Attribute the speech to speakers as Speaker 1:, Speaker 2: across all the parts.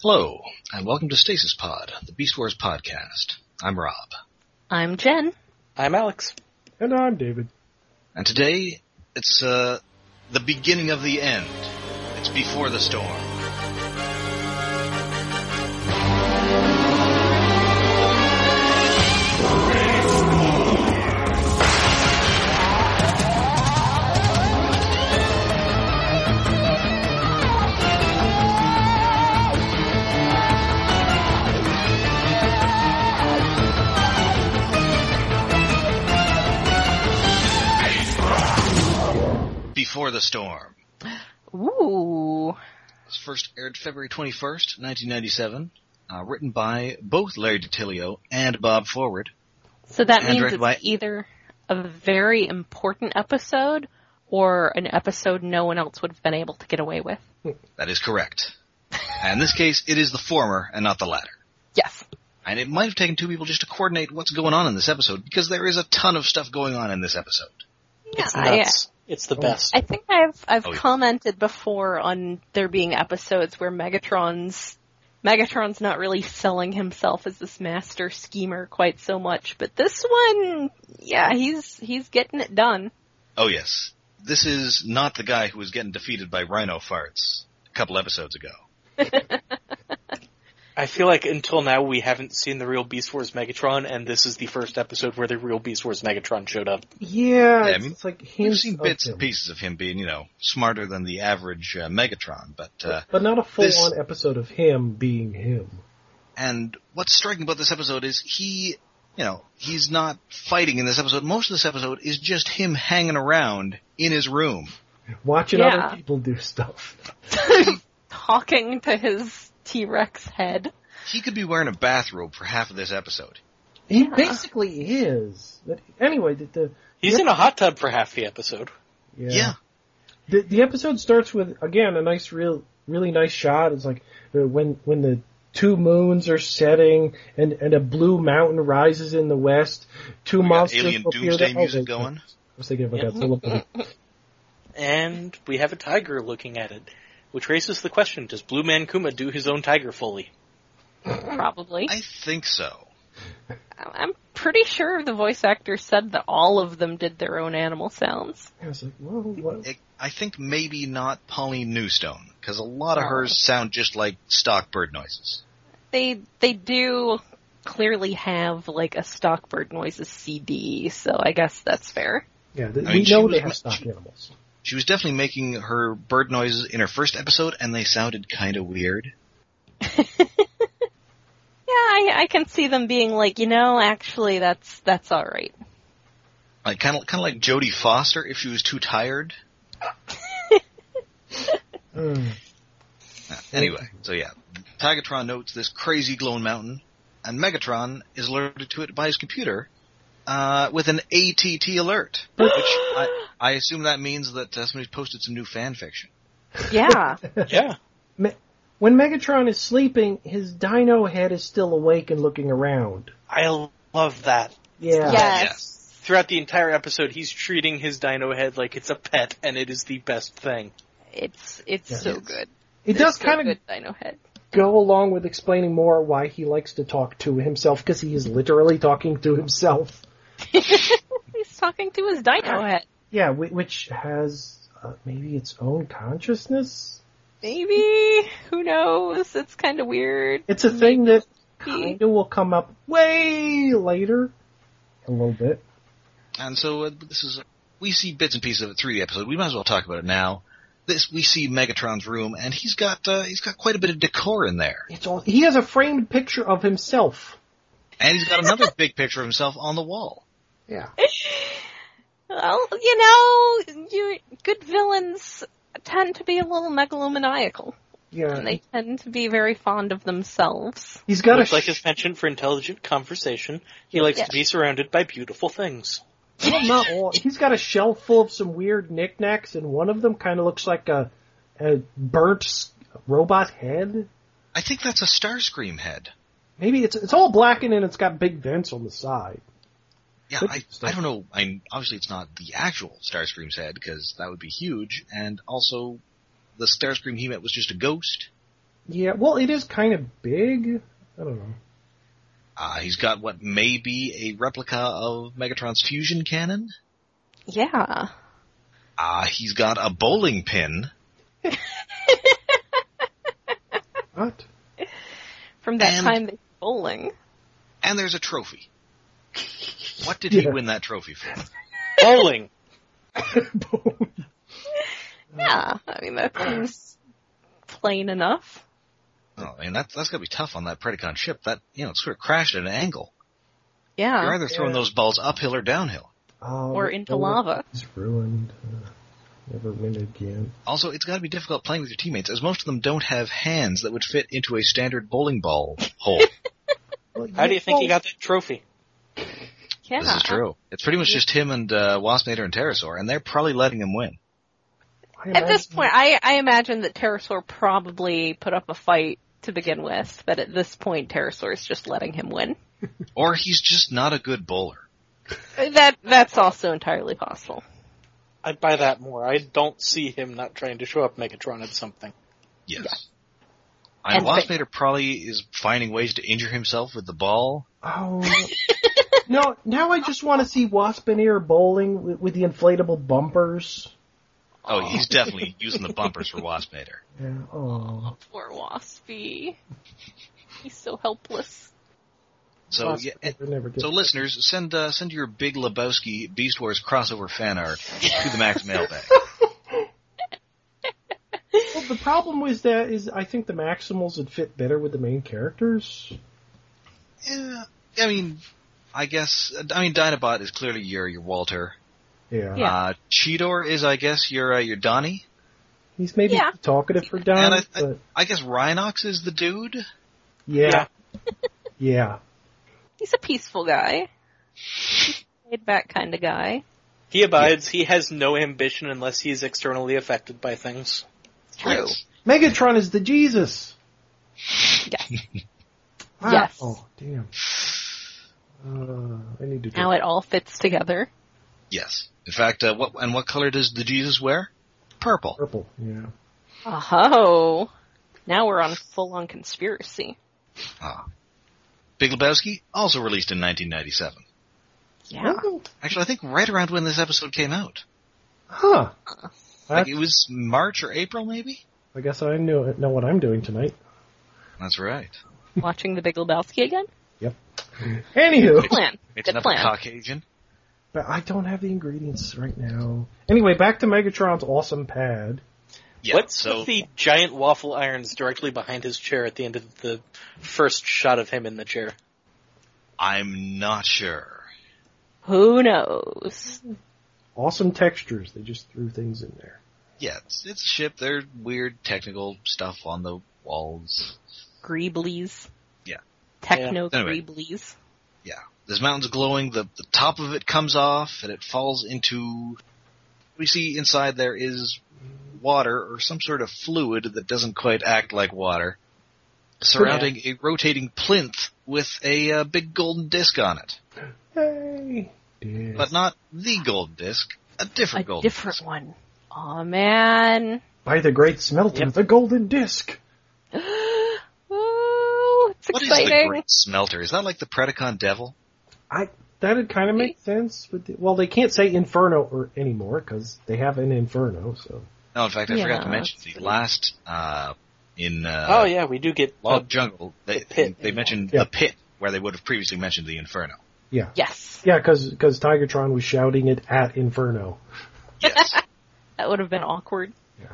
Speaker 1: Hello, and welcome to Stasis Pod, the Beast Wars podcast. I'm Rob,
Speaker 2: I'm Jen.
Speaker 3: I'm Alex.
Speaker 4: And I'm David.
Speaker 1: and today it's uh, the beginning of the end. It's before the storm. Before the storm.
Speaker 2: Ooh.
Speaker 1: It was first aired February 21st, 1997. Uh, written by both Larry DiTilio and Bob Forward.
Speaker 2: So that
Speaker 1: And
Speaker 2: means
Speaker 1: Red
Speaker 2: it's
Speaker 1: White.
Speaker 2: either a very important episode or an episode no one else would have been able to get away with.
Speaker 1: That is correct. And in this case, it is the former and not the latter.
Speaker 2: Yes.
Speaker 1: And it might have taken two people just to coordinate what's going on in this episode, because there is a ton of stuff going on in this episode.
Speaker 2: Yeah,
Speaker 3: It's
Speaker 2: I,
Speaker 3: nuts. It's the best.
Speaker 2: I think I've I've
Speaker 1: Oh, yeah.
Speaker 2: commented before on there being episodes where Megatron's Megatron's not really selling himself as this master schemer quite so much, but this one, yeah, he's he's getting it done.
Speaker 1: Oh yes. This is not the guy who was getting defeated by rhino farts a couple episodes ago.
Speaker 3: I feel like until now we haven't seen the real Beast Wars Megatron, and this is the first episode where the real Beast Wars Megatron showed up.
Speaker 4: Yeah,
Speaker 1: I
Speaker 4: it's,
Speaker 1: mean,
Speaker 4: it's like
Speaker 1: We've
Speaker 4: hints
Speaker 1: seen
Speaker 4: of
Speaker 1: bits
Speaker 4: him.
Speaker 1: and pieces of him being, you know, smarter than the average uh, Megatron, but uh,
Speaker 4: but not a full-on
Speaker 1: This-
Speaker 4: episode of him being him.
Speaker 1: and what's striking about this episode is he, you know, he's not fighting in this episode. Most of this episode is just him hanging around in his room.
Speaker 4: Watching
Speaker 2: Yeah.
Speaker 4: other people do stuff.
Speaker 2: Talking to his T Rex head.
Speaker 1: He could be wearing a bathrobe for half of this episode.
Speaker 4: He basically is. But anyway, the, the
Speaker 3: He's in a hot tub for half the episode.
Speaker 4: yeah.
Speaker 1: yeah.
Speaker 4: The, the episode starts with again a nice, real, really nice shot. It's like uh, when when the two moons are setting and and a blue mountain rises in the west. Two
Speaker 1: We got
Speaker 4: monsters
Speaker 1: alien
Speaker 4: appear
Speaker 1: doomsday
Speaker 4: that- oh,
Speaker 1: music
Speaker 4: they-
Speaker 1: going.
Speaker 4: I was thinking about
Speaker 3: Yeah.
Speaker 4: that Philip.
Speaker 3: And we have a tiger looking at it, which raises the question, does Blue Man Kuma do his own tiger fully?
Speaker 2: Probably.
Speaker 1: I think so.
Speaker 2: I- I'm pretty sure the voice actor said that all of them did their own animal sounds.
Speaker 4: I was like, whoa, what?
Speaker 1: It, I think maybe not Pauline Newstone, because a lot of hers sound just like stock bird noises.
Speaker 2: They they do clearly have like a stock bird noises CD, so I guess that's fair.
Speaker 4: Yeah, th-
Speaker 1: I mean,
Speaker 4: we
Speaker 1: she
Speaker 4: know
Speaker 1: was
Speaker 4: they
Speaker 1: ma-
Speaker 4: have stock
Speaker 1: she-
Speaker 4: animals.
Speaker 1: She was definitely making her bird noises in her first episode, and they sounded kind of weird.
Speaker 2: Yeah, I, I can see them being like, you know, actually that's that's all right.
Speaker 1: Like kind of kind of like Jodie Foster if she was too tired. Hmm.
Speaker 4: Mm.
Speaker 1: Uh, Anyway, so yeah, Tigatron notes this crazy glowing mountain, and Megatron is alerted to it by his computer uh, with an ATT alert, which I, I assume that means that uh, somebody's posted some new fan fiction.
Speaker 2: Yeah.
Speaker 3: Yeah.
Speaker 4: When Megatron is sleeping, his dino head is still awake and looking around.
Speaker 3: I love that.
Speaker 4: Yeah.
Speaker 2: yes.
Speaker 3: Throughout the entire episode, he's treating his dino head like it's a pet, and it is the best thing.
Speaker 2: It's it's
Speaker 4: Yeah.
Speaker 2: so good.
Speaker 4: It does
Speaker 2: It's so
Speaker 4: kind of
Speaker 2: good dino head.
Speaker 4: go along with explaining more why he likes to talk to himself because he is literally talking to himself.
Speaker 2: He's talking to his dino head.
Speaker 4: Yeah, whi- which has uh, maybe its own consciousness.
Speaker 2: Maybe who knows? It's kind of weird.
Speaker 4: It's a thing that
Speaker 2: Maybe.
Speaker 4: kind of will come up way later, a little bit.
Speaker 1: And so uh, this is we see bits and pieces of it through the episode. We might as well talk about it now. This we see Megatron's room, and he's got uh, he's got quite a bit of decor in there,
Speaker 4: It's all he has a framed picture of himself.
Speaker 1: and he's got another big picture of himself on the wall.
Speaker 4: Yeah,
Speaker 2: Well, you know, you good villains tend to be a little megalomaniacal,
Speaker 4: yeah.
Speaker 2: and they tend to be very fond of themselves.
Speaker 4: He's got a
Speaker 3: Much like his penchant for intelligent conversation, he likes
Speaker 2: Yes.
Speaker 3: to be surrounded by beautiful things.
Speaker 4: Well, not all. He's got a shelf full of some weird knickknacks, and one of them kind of looks like a, a burnt s- robot head.
Speaker 1: I think that's a Starscream head.
Speaker 4: Maybe it's it's all blackened and it's got big vents on the side.
Speaker 1: Yeah,
Speaker 4: Could
Speaker 1: I,
Speaker 4: be
Speaker 1: I
Speaker 4: Starscream.
Speaker 1: don't know. I mean, obviously it's not the actual Starscream's head because that would be huge, and also the Starscream he met was just a ghost.
Speaker 4: Yeah, well, it is kind of big. I don't know.
Speaker 1: Uh, he's got what may be a replica of Megatron's fusion cannon.
Speaker 2: Yeah.
Speaker 1: Uh, he's got a bowling pin.
Speaker 4: What?
Speaker 2: From that
Speaker 1: And-
Speaker 2: time they were bowling.
Speaker 1: And there's a trophy. What did he
Speaker 4: Yeah.
Speaker 1: win that trophy for?
Speaker 3: Bowling.
Speaker 2: Yeah. I mean that seems plain enough.
Speaker 1: Oh, and that's that's gonna be tough on that Predacon ship. That you know, it sort of crashed at an angle. You're
Speaker 2: Oh, Yeah.
Speaker 1: either throwing
Speaker 4: Yeah.
Speaker 1: those balls uphill or downhill.
Speaker 4: Oh,
Speaker 2: Or
Speaker 4: the
Speaker 2: into
Speaker 4: bowling
Speaker 2: lava.
Speaker 4: Is ruined. Uh, never win again.
Speaker 1: Also, it's gotta be difficult playing with your teammates, as most of them don't have hands that would fit into a standard bowling ball hole.
Speaker 4: Well,
Speaker 3: How do you think he
Speaker 4: well,
Speaker 3: got that trophy?
Speaker 2: Yeah.
Speaker 1: This is true. It's pretty much just him and uh, Waspinator and Pterosaur, and they're probably letting him win.
Speaker 4: I
Speaker 2: At this
Speaker 4: imagine-
Speaker 2: point, I, I imagine that Pterosaur probably put up a fight to begin with, but at this point, Pterosaur is just letting him win.
Speaker 1: Or he's just not a good bowler.
Speaker 2: That that's also entirely possible.
Speaker 3: I buy that more. I don't see him not trying to show up Megatron at something.
Speaker 1: Yes.
Speaker 2: Yeah.
Speaker 1: And,
Speaker 2: And
Speaker 1: Waspinator probably is finding ways to injure himself with the ball.
Speaker 4: Oh. no, now I just want to see Wasp and Air bowling with, with the inflatable bumpers.
Speaker 1: Oh, he's definitely using the bumpers for Waspinator.
Speaker 4: Yeah. Oh.
Speaker 2: Poor Waspy. He's so helpless.
Speaker 1: So,
Speaker 4: Wasp
Speaker 1: yeah, and-
Speaker 4: never- never gets
Speaker 1: so listeners, send uh, send your big Lebowski Beast Wars crossover fan art to the Max mailbag.
Speaker 4: Well, the problem with that is I think the Maximals would fit better with the main characters.
Speaker 1: yeah, I mean, I guess I mean Dinobot is clearly your your Walter.
Speaker 4: Yeah.
Speaker 2: Yeah.
Speaker 1: Uh, Cheetor is, I guess, your uh, your Donnie.
Speaker 4: He's maybe
Speaker 2: Yeah.
Speaker 4: talkative for
Speaker 1: And
Speaker 4: Don,
Speaker 1: I- I-
Speaker 4: but
Speaker 1: I guess Rhinox is the dude.
Speaker 4: yeah. Yeah.
Speaker 2: He's a peaceful guy. He's laid back kind of guy.
Speaker 3: He abides. He has no ambition unless he is externally affected by things.
Speaker 2: It's true.
Speaker 1: Yes.
Speaker 4: Megatron is the Jesus.
Speaker 2: Yes.
Speaker 4: Wow.
Speaker 2: Yes.
Speaker 4: Oh, damn. Uh, I need to.
Speaker 2: Now it all fits together.
Speaker 1: Yes. In fact, uh, what and what color does the Jesus wear? Purple.
Speaker 4: purple. Yeah.
Speaker 2: Oh. Now we're on full on conspiracy.
Speaker 1: Ah. Big Lebowski also released in 1997.
Speaker 2: Yeah.
Speaker 1: Actually, I think right around when this episode came out.
Speaker 4: Huh.
Speaker 1: Like
Speaker 4: That's-
Speaker 1: it was March or April, maybe.
Speaker 4: I guess I know know what I'm doing tonight.
Speaker 1: That's right.
Speaker 2: Watching the Big Lebowski again?
Speaker 4: Anywho,
Speaker 2: Plan.
Speaker 1: It's
Speaker 2: Good
Speaker 1: another
Speaker 2: plan.
Speaker 1: Caucasian.
Speaker 4: but I don't have the ingredients right now. Anyway, back to Megatron's awesome pad.
Speaker 1: Yeah.
Speaker 3: What's
Speaker 1: so
Speaker 3: with the giant waffle irons directly behind his chair at the end of the first shot of him in the chair?
Speaker 1: I'm not sure.
Speaker 2: Who knows?
Speaker 4: Awesome textures. They just threw things in there.
Speaker 1: Yeah, it's, it's a ship. There's weird technical stuff on the walls.
Speaker 2: Greeblies.
Speaker 1: Yeah.
Speaker 2: Techno
Speaker 1: Yeah. Anyway.
Speaker 2: Greeblies.
Speaker 1: This mountain's glowing. The the top of it comes off, and it falls into. We see inside there is water or some sort of fluid that doesn't quite act like water, surrounding a rotating plinth with a uh, big golden disc on it.
Speaker 4: Hey. Yes.
Speaker 1: but not the gold disc, a
Speaker 2: A
Speaker 1: different gold
Speaker 2: different
Speaker 1: disc.
Speaker 2: one. Oh man.
Speaker 4: By the great Smelton,
Speaker 3: Yep.
Speaker 4: the golden disc.
Speaker 2: Ooh, it's
Speaker 1: What is the
Speaker 2: exciting.
Speaker 1: great smelter? Is that like the Predacon devil?
Speaker 4: That'd kind of make sense. But the, well, they can't say Inferno or anymore because they have an Inferno. So
Speaker 1: No, in fact, I forgot to
Speaker 2: Yeah,
Speaker 1: mention
Speaker 2: that's
Speaker 1: the
Speaker 2: pretty-
Speaker 1: last uh, in uh,
Speaker 3: oh yeah, we do get
Speaker 1: Log
Speaker 3: uh,
Speaker 1: Jungle. They,
Speaker 3: the pit.
Speaker 1: they mentioned
Speaker 4: Yeah.
Speaker 1: the pit where they would have previously mentioned the Inferno.
Speaker 4: yeah,
Speaker 2: Yes.
Speaker 4: yeah, because Tigertron was shouting it at Inferno.
Speaker 1: Yes,
Speaker 2: That would have been awkward.
Speaker 4: Yeah.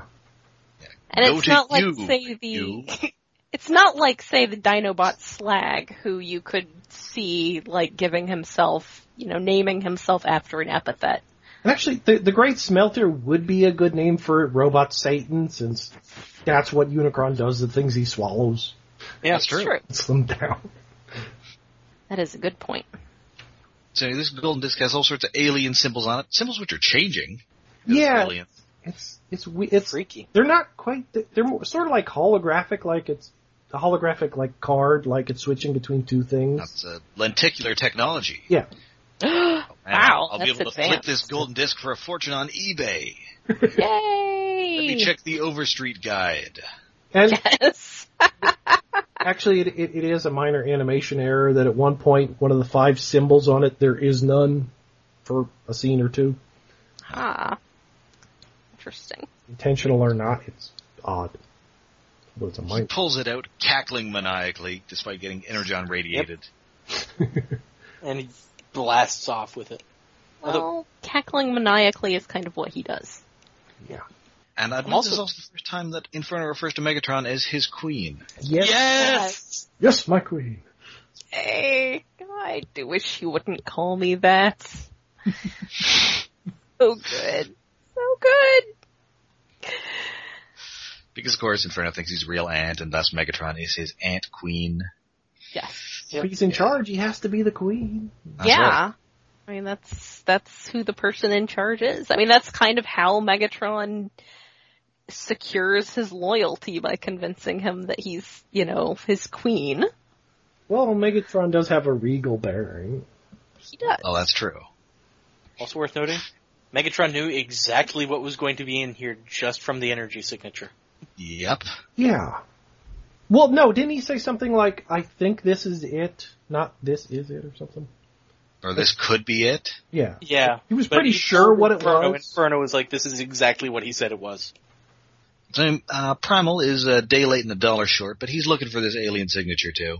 Speaker 2: And
Speaker 1: Go
Speaker 2: it's
Speaker 1: to
Speaker 2: not like
Speaker 1: you,
Speaker 2: say the
Speaker 1: you.
Speaker 2: it's not like say the Dinobot Slag who you could see like giving himself, you know, naming himself after an epithet.
Speaker 4: And actually, the, the Great Smelter would be a good name for Robot Satan, since that's what Unicron does, the things he swallows.
Speaker 3: yeah,
Speaker 1: that's true.
Speaker 2: True.
Speaker 4: It's them down.
Speaker 2: That is a good point.
Speaker 1: So this golden disc has all sorts of alien symbols on it, symbols which are changing.
Speaker 4: Yeah,
Speaker 1: Alien.
Speaker 4: it's, it's, we- it's,
Speaker 3: freaky.
Speaker 4: they're not quite, they're more, sort of like holographic, like it's a holographic, like card, like it's switching between two things.
Speaker 1: That's uh, lenticular technology.
Speaker 4: Yeah.
Speaker 1: And
Speaker 2: Wow,
Speaker 1: I'll be
Speaker 2: that's
Speaker 1: able to flip
Speaker 2: advanced.
Speaker 1: this golden disc for a fortune on eBay. Let me
Speaker 2: Yay!
Speaker 1: check the Overstreet guide.
Speaker 4: And,
Speaker 2: Yes.
Speaker 4: Actually, it, it, it is a minor animation error that at one point, one of the five symbols on it, there is none for a scene or two.
Speaker 2: Ah. Interesting.
Speaker 4: Intentional or not, it's odd. But it's a
Speaker 1: He
Speaker 4: minor.
Speaker 1: pulls it out, cackling maniacally, despite getting energon radiated.
Speaker 3: and he blasts off with it. Although-
Speaker 2: Well, cackling maniacally is kind of what he does.
Speaker 1: And I believe
Speaker 3: also-
Speaker 1: this is also the first time that Inferno refers to Megatron as his queen.
Speaker 4: Yes.
Speaker 3: Yes!
Speaker 4: Yes, my queen.
Speaker 2: Hey, I do wish you wouldn't call me that. so good. So good.
Speaker 1: Because, of course, Inferno thinks he's a real aunt, and thus Megatron is his aunt queen.
Speaker 2: Yes.
Speaker 3: Yep.
Speaker 4: If he's in charge, he has to be the queen.
Speaker 1: That's right.
Speaker 2: yeah. I mean, that's, that's who the person in charge is. I mean, that's kind of how Megatron secures his loyalty by convincing him that he's, you know, his queen.
Speaker 4: Well, Megatron does have a regal bearing.
Speaker 2: He does.
Speaker 1: Oh, that's true.
Speaker 3: Also worth noting, Megatron knew exactly what was going to be in here just from the energy signature.
Speaker 1: Yep.
Speaker 4: Yeah. Well, no, didn't he say something like, I think this is it, not this is it or something?
Speaker 1: Or this could be it.
Speaker 4: Yeah.
Speaker 3: Yeah.
Speaker 4: He was
Speaker 3: but
Speaker 4: pretty
Speaker 3: he
Speaker 4: sure
Speaker 3: told
Speaker 4: what it
Speaker 3: Inferno,
Speaker 4: was.
Speaker 3: Inferno was like, this is exactly what he said it was.
Speaker 1: So, uh, Primal is a day late and a dollar short, but he's looking for this alien signature too.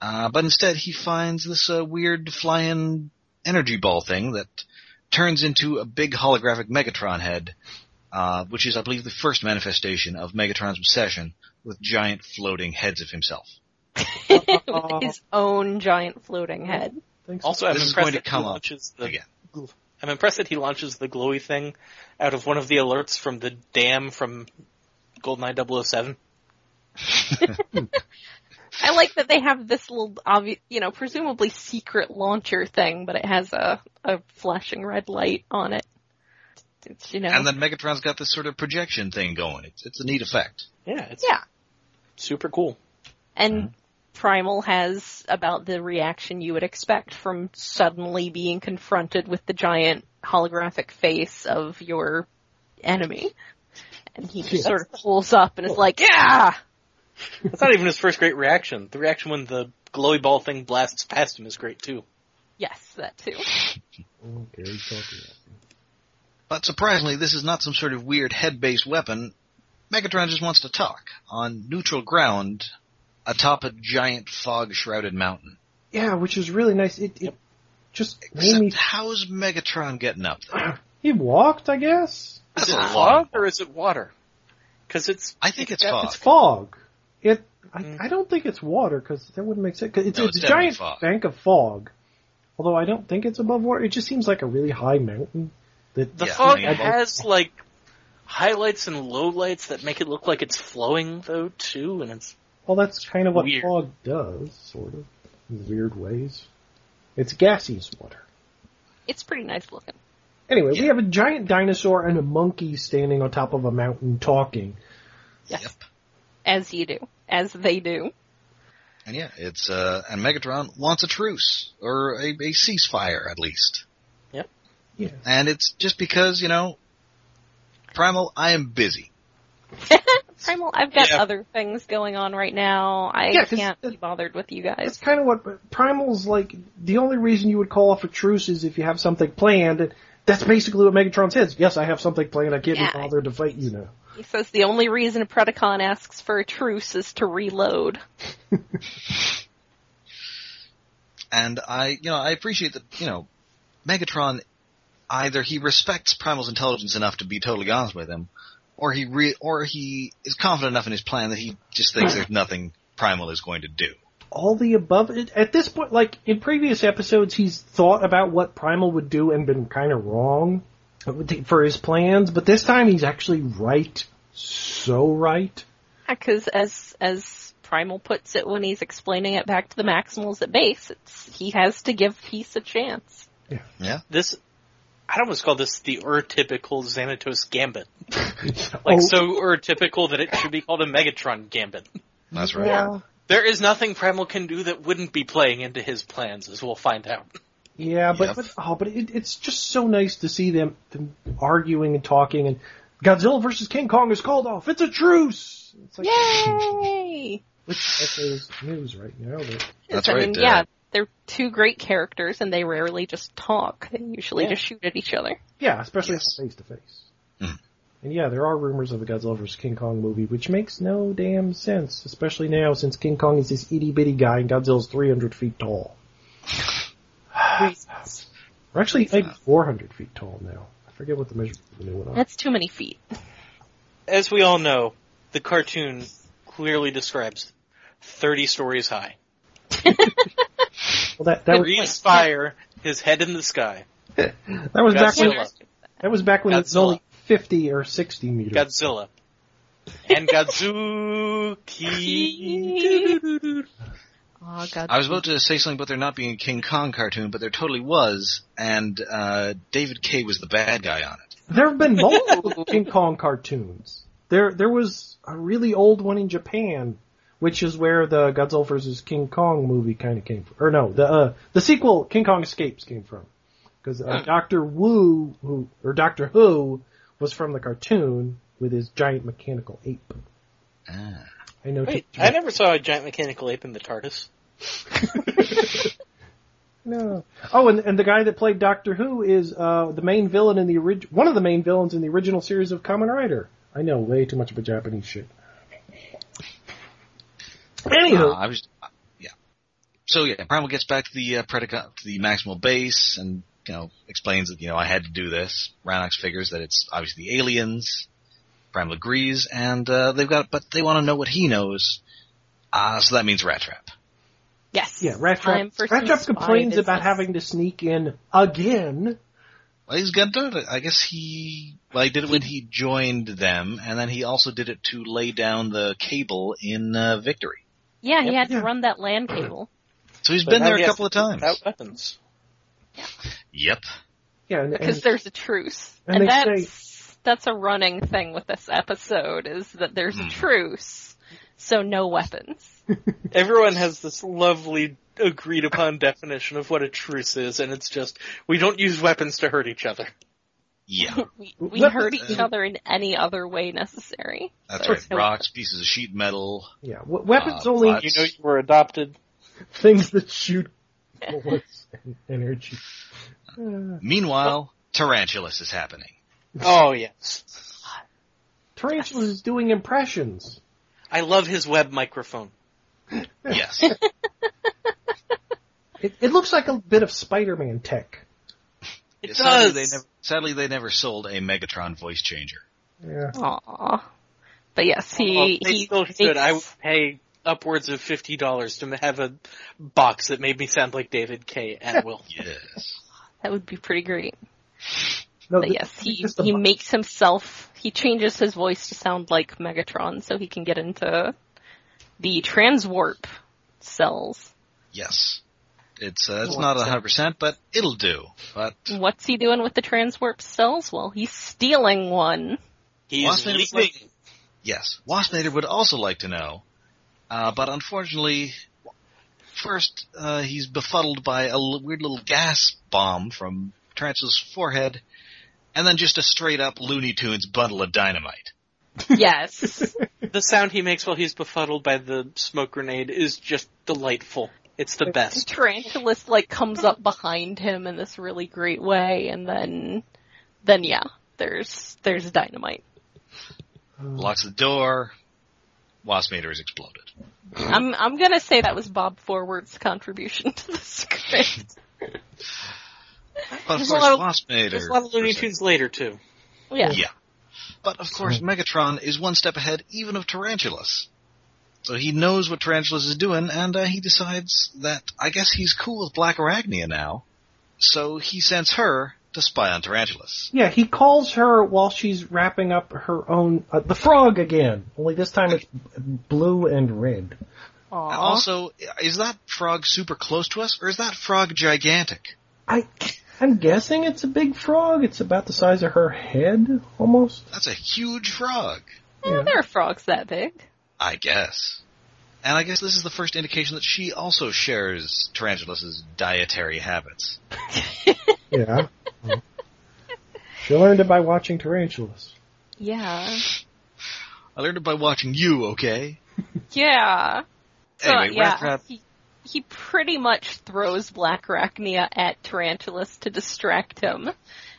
Speaker 1: Uh, but instead he finds this uh, weird flying energy ball thing that turns into a big holographic Megatron head, uh, which is, I believe, the first manifestation of Megatron's obsession with giant floating heads of himself.
Speaker 2: With his own giant floating head.
Speaker 4: Thanks.
Speaker 3: Also, I'm
Speaker 1: This is
Speaker 3: impressed
Speaker 1: going to
Speaker 3: that
Speaker 1: come
Speaker 3: he
Speaker 1: up
Speaker 3: launches the.
Speaker 1: again.
Speaker 3: I'm impressed that he launches the glowy thing out of one of the alerts from the dam from GoldenEye 007.
Speaker 2: I like that they have this little, obvi- you know, presumably secret launcher thing, but it has a, a flashing red light on it. It's, you know,
Speaker 1: And then Megatron's got this sort of projection thing going. It's, it's a neat effect.
Speaker 3: Yeah, it's
Speaker 2: yeah.
Speaker 3: super cool.
Speaker 2: And Primal has about the reaction you would expect from suddenly being confronted with the giant holographic face of your enemy. And he just sort of pulls up and is like, yeah!
Speaker 3: That's not even his first great reaction. The reaction when the glowy ball thing blasts past him is great too.
Speaker 2: Yes, that too.
Speaker 4: Okay, talking
Speaker 1: But surprisingly, this is not some sort of weird head-based weapon. Megatron just wants to talk on neutral ground atop a giant fog-shrouded mountain.
Speaker 4: Yeah, which is really nice. It, it just made me.
Speaker 1: Except, how's Megatron getting up there?
Speaker 4: He walked, I guess.
Speaker 1: That's
Speaker 3: is
Speaker 1: a
Speaker 3: it
Speaker 1: long.
Speaker 3: fog or is it water? Because it's
Speaker 1: I think it's
Speaker 3: Yeah,
Speaker 1: fog. Mm-hmm.
Speaker 4: It's fog. It. I,
Speaker 3: Mm.
Speaker 4: I don't think it's water because that wouldn't make sense. 'Cause it's,
Speaker 1: No,
Speaker 4: it's
Speaker 1: it's
Speaker 4: a
Speaker 1: definitely
Speaker 4: giant
Speaker 1: fog.
Speaker 4: bank of fog. Although I don't think it's above water. It just seems like a really high mountain. That
Speaker 3: the
Speaker 1: Yeah,
Speaker 3: fog
Speaker 1: I mean,
Speaker 3: has like highlights and lowlights that make it look like it's flowing though too, and it's
Speaker 4: Well, that's kind of what
Speaker 3: Weird.
Speaker 4: fog does, sort of, in weird ways. It's gaseous water.
Speaker 2: It's pretty nice looking.
Speaker 4: Anyway, we
Speaker 1: Yeah.
Speaker 4: have a giant dinosaur and a monkey standing on top of a mountain talking.
Speaker 2: Yes.
Speaker 1: Yep.
Speaker 2: As you do. As they do.
Speaker 1: And yeah, it's uh, and Megatron wants a truce or a, a ceasefire at least.
Speaker 4: Yeah.
Speaker 1: And it's just because you know, Primal, I am busy.
Speaker 2: Primal, I've got
Speaker 3: Yeah.
Speaker 2: other things going on right now. I
Speaker 4: Yeah, 'cause
Speaker 2: can't
Speaker 4: that-
Speaker 2: be bothered with you
Speaker 4: That's
Speaker 2: guys.
Speaker 4: kind of what Primal's like. The only reason you would call off a truce is if you have something planned. And that's basically what Megatron says. Yes, I have something planned. I can't
Speaker 2: Yeah.
Speaker 4: be bothered to fight you now.
Speaker 2: He says the only reason Predacon asks for a truce is to reload.
Speaker 1: And I, you know, I appreciate that, you know, Megatron, either he respects Primal's intelligence enough to be totally honest with him, or he re- or he is confident enough in his plan that he just thinks there's nothing Primal is going to do.
Speaker 4: All the above. It, at this point, like in previous episodes, he's thought about what Primal would do and been kind of wrong for his plans. But this time, he's actually right. So right.
Speaker 2: Because as as Primal puts it when he's explaining it back to the Maximals at base, it's he has to give peace a chance.
Speaker 3: this. I'd almost call this the urtypical Xanatos gambit. Like
Speaker 4: Oh,
Speaker 3: so urtypical that it should be called a Megatron gambit.
Speaker 1: That's right.
Speaker 3: There is nothing Primal can do that wouldn't be playing into his plans, as we'll find out.
Speaker 4: Yeah, but
Speaker 1: Yep.
Speaker 4: but, oh, but it, it's just so nice to see them, them arguing and talking. And Godzilla versus King Kong is called off. It's a truce. news. It's like,
Speaker 2: Yay!
Speaker 4: which echoes news right now, but
Speaker 1: That's
Speaker 2: I
Speaker 1: right,
Speaker 2: mean,
Speaker 1: Dad.
Speaker 2: yeah, they're two great characters, and they rarely just talk. They usually
Speaker 3: Yeah.
Speaker 2: just shoot at each other.
Speaker 4: yeah, especially
Speaker 1: Yes.
Speaker 4: face to face.
Speaker 3: Hmm.
Speaker 1: Mhm.
Speaker 4: And yeah, there are rumors of a Godzilla vs. King Kong movie, which makes no damn sense, especially now since King Kong is this itty bitty guy and Godzilla's 300 feet tall.
Speaker 2: Reasons.
Speaker 4: Or actually, like 400 feet tall now. I forget what the measurement of the new one is.
Speaker 2: That's too many feet.
Speaker 3: As we all know, the cartoon clearly describes 30 stories high.
Speaker 4: Well, that, that was,
Speaker 3: Breathes fire, his head in the sky.
Speaker 4: that was back when,
Speaker 3: Godzilla.
Speaker 4: that was back when it was
Speaker 3: Godzilla.
Speaker 4: only 50 or 60 meters.
Speaker 3: Godzilla. And Godzuki.
Speaker 2: Oh god.
Speaker 1: I was about to say something about there not being a King Kong cartoon, but there totally was, and uh, David Kay was the bad guy on it.
Speaker 4: There have been multiple King Kong cartoons. There, there was a really old one in Japan, which is where the Godzilla vs. King Kong movie kind of came from. Or no, the uh, the sequel King Kong Escapes came from, because uh,
Speaker 3: Hmm.
Speaker 4: Doctor Wu, who or Doctor Who, was from the cartoon with his giant mechanical ape.
Speaker 1: Ah.
Speaker 4: I know.
Speaker 3: Wait,
Speaker 4: Japan-
Speaker 3: I never saw a giant mechanical ape in the TARDIS.
Speaker 4: No. Oh, and, and the guy that played Doctor Who is uh, the main villain in the orig- one of the main villains in the original series of Kamen Rider. I know way too much about Japanese shit.
Speaker 1: Uh,
Speaker 4: Anywho,
Speaker 1: I was, uh, yeah. So yeah, Primal gets back to the uh, predicate, to the maximal base, and you know explains that you know I had to do this. Ranox figures that it's obviously the aliens. Primal agrees, and uh, they've got, but they want to know what he knows. Ah, so that means Rat Trap.
Speaker 2: yes.
Speaker 4: yeah, Rat
Speaker 2: Time
Speaker 4: Trap,
Speaker 2: for
Speaker 4: Rat
Speaker 2: some
Speaker 4: Trap
Speaker 2: spy
Speaker 4: complains
Speaker 2: business.
Speaker 4: about having to sneak in again.
Speaker 1: Well, he's got done it. I guess he, well, he did it when he joined them, and then he also did it to lay down the cable in uh, Victory.
Speaker 2: Yeah, he
Speaker 3: Yep.
Speaker 2: had to
Speaker 4: Yeah.
Speaker 2: run that land cable.
Speaker 1: So he's
Speaker 3: But
Speaker 1: been
Speaker 3: now
Speaker 1: there
Speaker 3: he
Speaker 1: a
Speaker 3: has
Speaker 1: couple of
Speaker 3: to do it
Speaker 1: times.
Speaker 3: Without weapons.
Speaker 1: Yep.
Speaker 4: Yeah, and,
Speaker 2: because
Speaker 4: and,
Speaker 2: there's a truce,
Speaker 4: and
Speaker 2: and,
Speaker 4: they say-
Speaker 2: that's that's a running thing with this episode is that there's
Speaker 1: Hmm.
Speaker 2: a truce, so no weapons.
Speaker 3: Everyone has this lovely agreed upon definition of what a truce is, and it's just, we don't use weapons to hurt each other.
Speaker 1: Yeah.
Speaker 2: We, we
Speaker 4: Weapons-
Speaker 2: hurt each other in any other way necessary.
Speaker 1: That's
Speaker 2: So
Speaker 1: right.
Speaker 2: no-
Speaker 1: Rocks, pieces of sheet metal.
Speaker 4: yeah, we- weapons
Speaker 1: Uh,
Speaker 4: only
Speaker 1: but-
Speaker 3: You know you were adopted.
Speaker 4: things that shoot bullets and energy. Uh,
Speaker 1: Meanwhile, Tarantulas is happening.
Speaker 3: Oh yes.
Speaker 4: Tarantula is doing impressions.
Speaker 3: I love his web microphone.
Speaker 1: Yes.
Speaker 4: It, it looks like a bit of Spider-Man tech.
Speaker 3: It
Speaker 1: Sadly,
Speaker 3: does.
Speaker 1: they never, sadly, they never sold a Megatron voice changer.
Speaker 4: Yeah.
Speaker 2: Aw. But yes, he
Speaker 3: Well, they
Speaker 2: he
Speaker 3: still should. I would
Speaker 2: makes-
Speaker 3: pay upwards of fifty dollars to have a box that made me sound like David K. Atwell.
Speaker 1: Yes.
Speaker 2: that would be pretty great.
Speaker 4: No,
Speaker 2: But
Speaker 4: th-
Speaker 2: yes, he
Speaker 4: just a
Speaker 2: he
Speaker 4: bu-
Speaker 2: makes himself he changes his voice to sound like Megatron so he can get into the transwarp cells.
Speaker 1: Yes. It's, uh, it's not 100%, but it'll do. But
Speaker 2: What's he doing with the transwarp cells? Well, he's stealing one.
Speaker 3: He's
Speaker 1: Watson is
Speaker 3: leaping.
Speaker 1: Yes. Waspinator would also like to know, uh, but unfortunately, first uh, he's befuddled by a l- weird little gas bomb from Tarantula's forehead, and then just a straight up Looney Tunes bundle of dynamite.
Speaker 2: Yes.
Speaker 3: The sound he makes while he's befuddled by the smoke grenade is just delightful. It's the best.
Speaker 2: Tarantulas like comes up behind him in this really great way and then then yeah, there's there's dynamite.
Speaker 3: Hmm.
Speaker 1: Locks the door. Waspinator is exploded.
Speaker 2: I'm I'm gonna say that was Bob Forward's contribution to the script.
Speaker 1: But of
Speaker 3: There's a
Speaker 1: course,
Speaker 3: lot of-
Speaker 1: Waspinator.
Speaker 3: There's a lot of Looney
Speaker 1: per se-
Speaker 3: Tunes Mm-hmm. later too.
Speaker 2: Yeah.
Speaker 1: Yeah. But of course, Megatron is one step ahead even of Tarantulas. So he knows what Tarantulas is doing, and uh, he decides that I guess he's cool with Black Arachnia now. So he sends her to spy on Tarantulas.
Speaker 4: Yeah, he calls her while she's wrapping up her own uh, the frog again. Only this time it's blue and red.
Speaker 2: Aw.
Speaker 1: And also, is that frog super close to us, or is that frog gigantic?
Speaker 4: I I'm guessing it's a big frog. It's about the size of her head almost.
Speaker 1: That's a huge frog,
Speaker 2: Eh, there are frogs that big.
Speaker 1: I guess. And I guess this is the first indication that she also shares Tarantulas' dietary habits.
Speaker 4: Yeah. she learned it by watching tarantulas.
Speaker 2: Yeah.
Speaker 1: I learned it by watching you, okay?
Speaker 2: Yeah. So
Speaker 1: Anyway,
Speaker 2: yeah,
Speaker 1: Rack Rat-
Speaker 2: he he pretty much throws Black Arachnia at Tarantulas to distract him,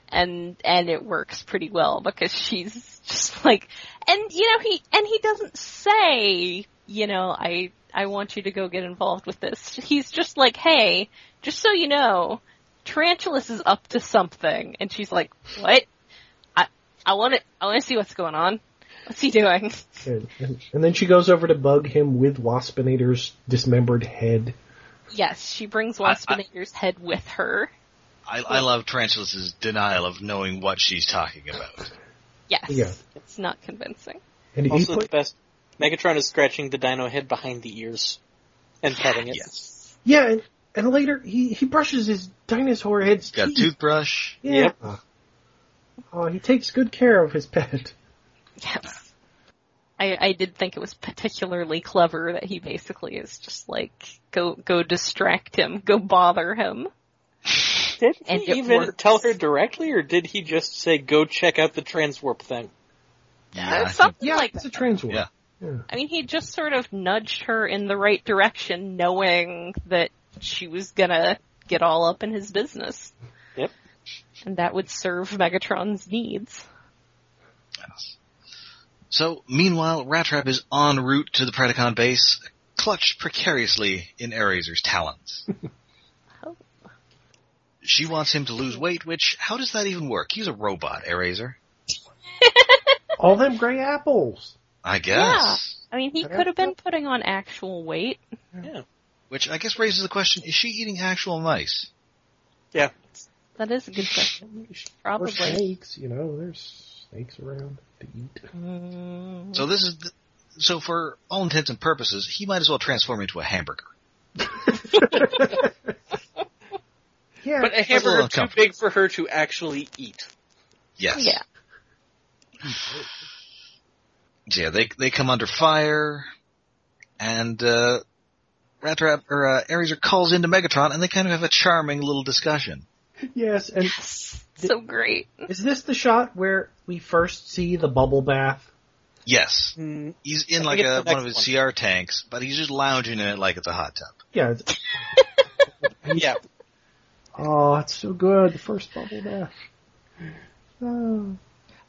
Speaker 2: and and it works pretty well because she's just like, and you know he and he doesn't say, you know, I I want you to go get involved with this. He's just like, hey, just so you know, Tarantulas is up to something, and she's like, what? I I want to I want to see what's going on. What's he doing?
Speaker 4: And, and- and then she goes over to bug him with Waspinator's dismembered head.
Speaker 2: Yes, she brings
Speaker 1: I- I-
Speaker 2: Waspinator's head with her.
Speaker 1: I, I love Tarantulas' denial of knowing what she's talking about.
Speaker 2: Yes.
Speaker 4: Yeah.
Speaker 2: It's not convincing.
Speaker 4: And he
Speaker 3: Also,
Speaker 4: put,
Speaker 3: the best. Megatron is scratching the dino head behind the ears and petting it.
Speaker 1: Yes.
Speaker 4: yeah, and, and later he, he brushes his dinosaur head's
Speaker 1: Got a
Speaker 4: teeth.
Speaker 1: toothbrush.
Speaker 4: Yeah. Oh, he takes good care of his pet.
Speaker 2: Yes. I, I did think it was particularly clever that he basically is just like, go, go distract him, go bother him.
Speaker 3: Did
Speaker 2: And
Speaker 3: he
Speaker 2: it
Speaker 3: even
Speaker 2: works.
Speaker 3: tell her directly, or did he just say, "Go check out the transwarp thing"?
Speaker 1: Yeah, I think-
Speaker 2: something like
Speaker 4: it's
Speaker 2: that.
Speaker 4: a transwarp.
Speaker 1: Yeah.
Speaker 2: I mean, he just sort of nudged her in the right direction knowing that she was gonna get all up in his business.
Speaker 3: Yep.
Speaker 2: And that would serve Megatron's needs.
Speaker 1: Yes. So, meanwhile, Rattrap is en route to the Predacon base, clutched precariously in Airazor's talons.
Speaker 2: Oh.
Speaker 1: She wants him to lose weight, which, how does that even work? He's a robot, Airazor.
Speaker 4: All them gray apples.
Speaker 1: I guess.
Speaker 2: I mean, he
Speaker 4: But I-
Speaker 2: could have been putting on actual weight.
Speaker 3: Yeah.
Speaker 1: Which I guess raises the question, is she eating actual mice?
Speaker 3: Yeah.
Speaker 2: That is a good question.
Speaker 4: Or
Speaker 2: Probably.
Speaker 4: snakes, you know, there's snakes around to eat.
Speaker 2: Mm.
Speaker 1: So this is, the, so for all intents and purposes, he might as well transform into a hamburger.
Speaker 4: Yeah.
Speaker 3: But uh, a
Speaker 1: little
Speaker 3: hamburger too
Speaker 1: uncomfortable.
Speaker 3: big for her to actually eat.
Speaker 1: Yes.
Speaker 2: Yeah.
Speaker 1: Yeah, they they come under fire, and uh, Rattrap or uh, Arizer calls into Megatron, and they kind of have a charming little discussion.
Speaker 4: yes, and
Speaker 2: Yes. So great.
Speaker 4: is this the shot where we first see the bubble bath?
Speaker 1: Yes,
Speaker 3: Mm,
Speaker 1: he's in
Speaker 3: I
Speaker 1: like
Speaker 3: think
Speaker 1: a,
Speaker 3: it's the
Speaker 1: one of his
Speaker 3: next
Speaker 1: CR tanks, but he's just lounging in it like it's a hot tub.
Speaker 4: Yeah. It's,
Speaker 3: yeah.
Speaker 4: oh, it's so good. The first bubble bath. Oh.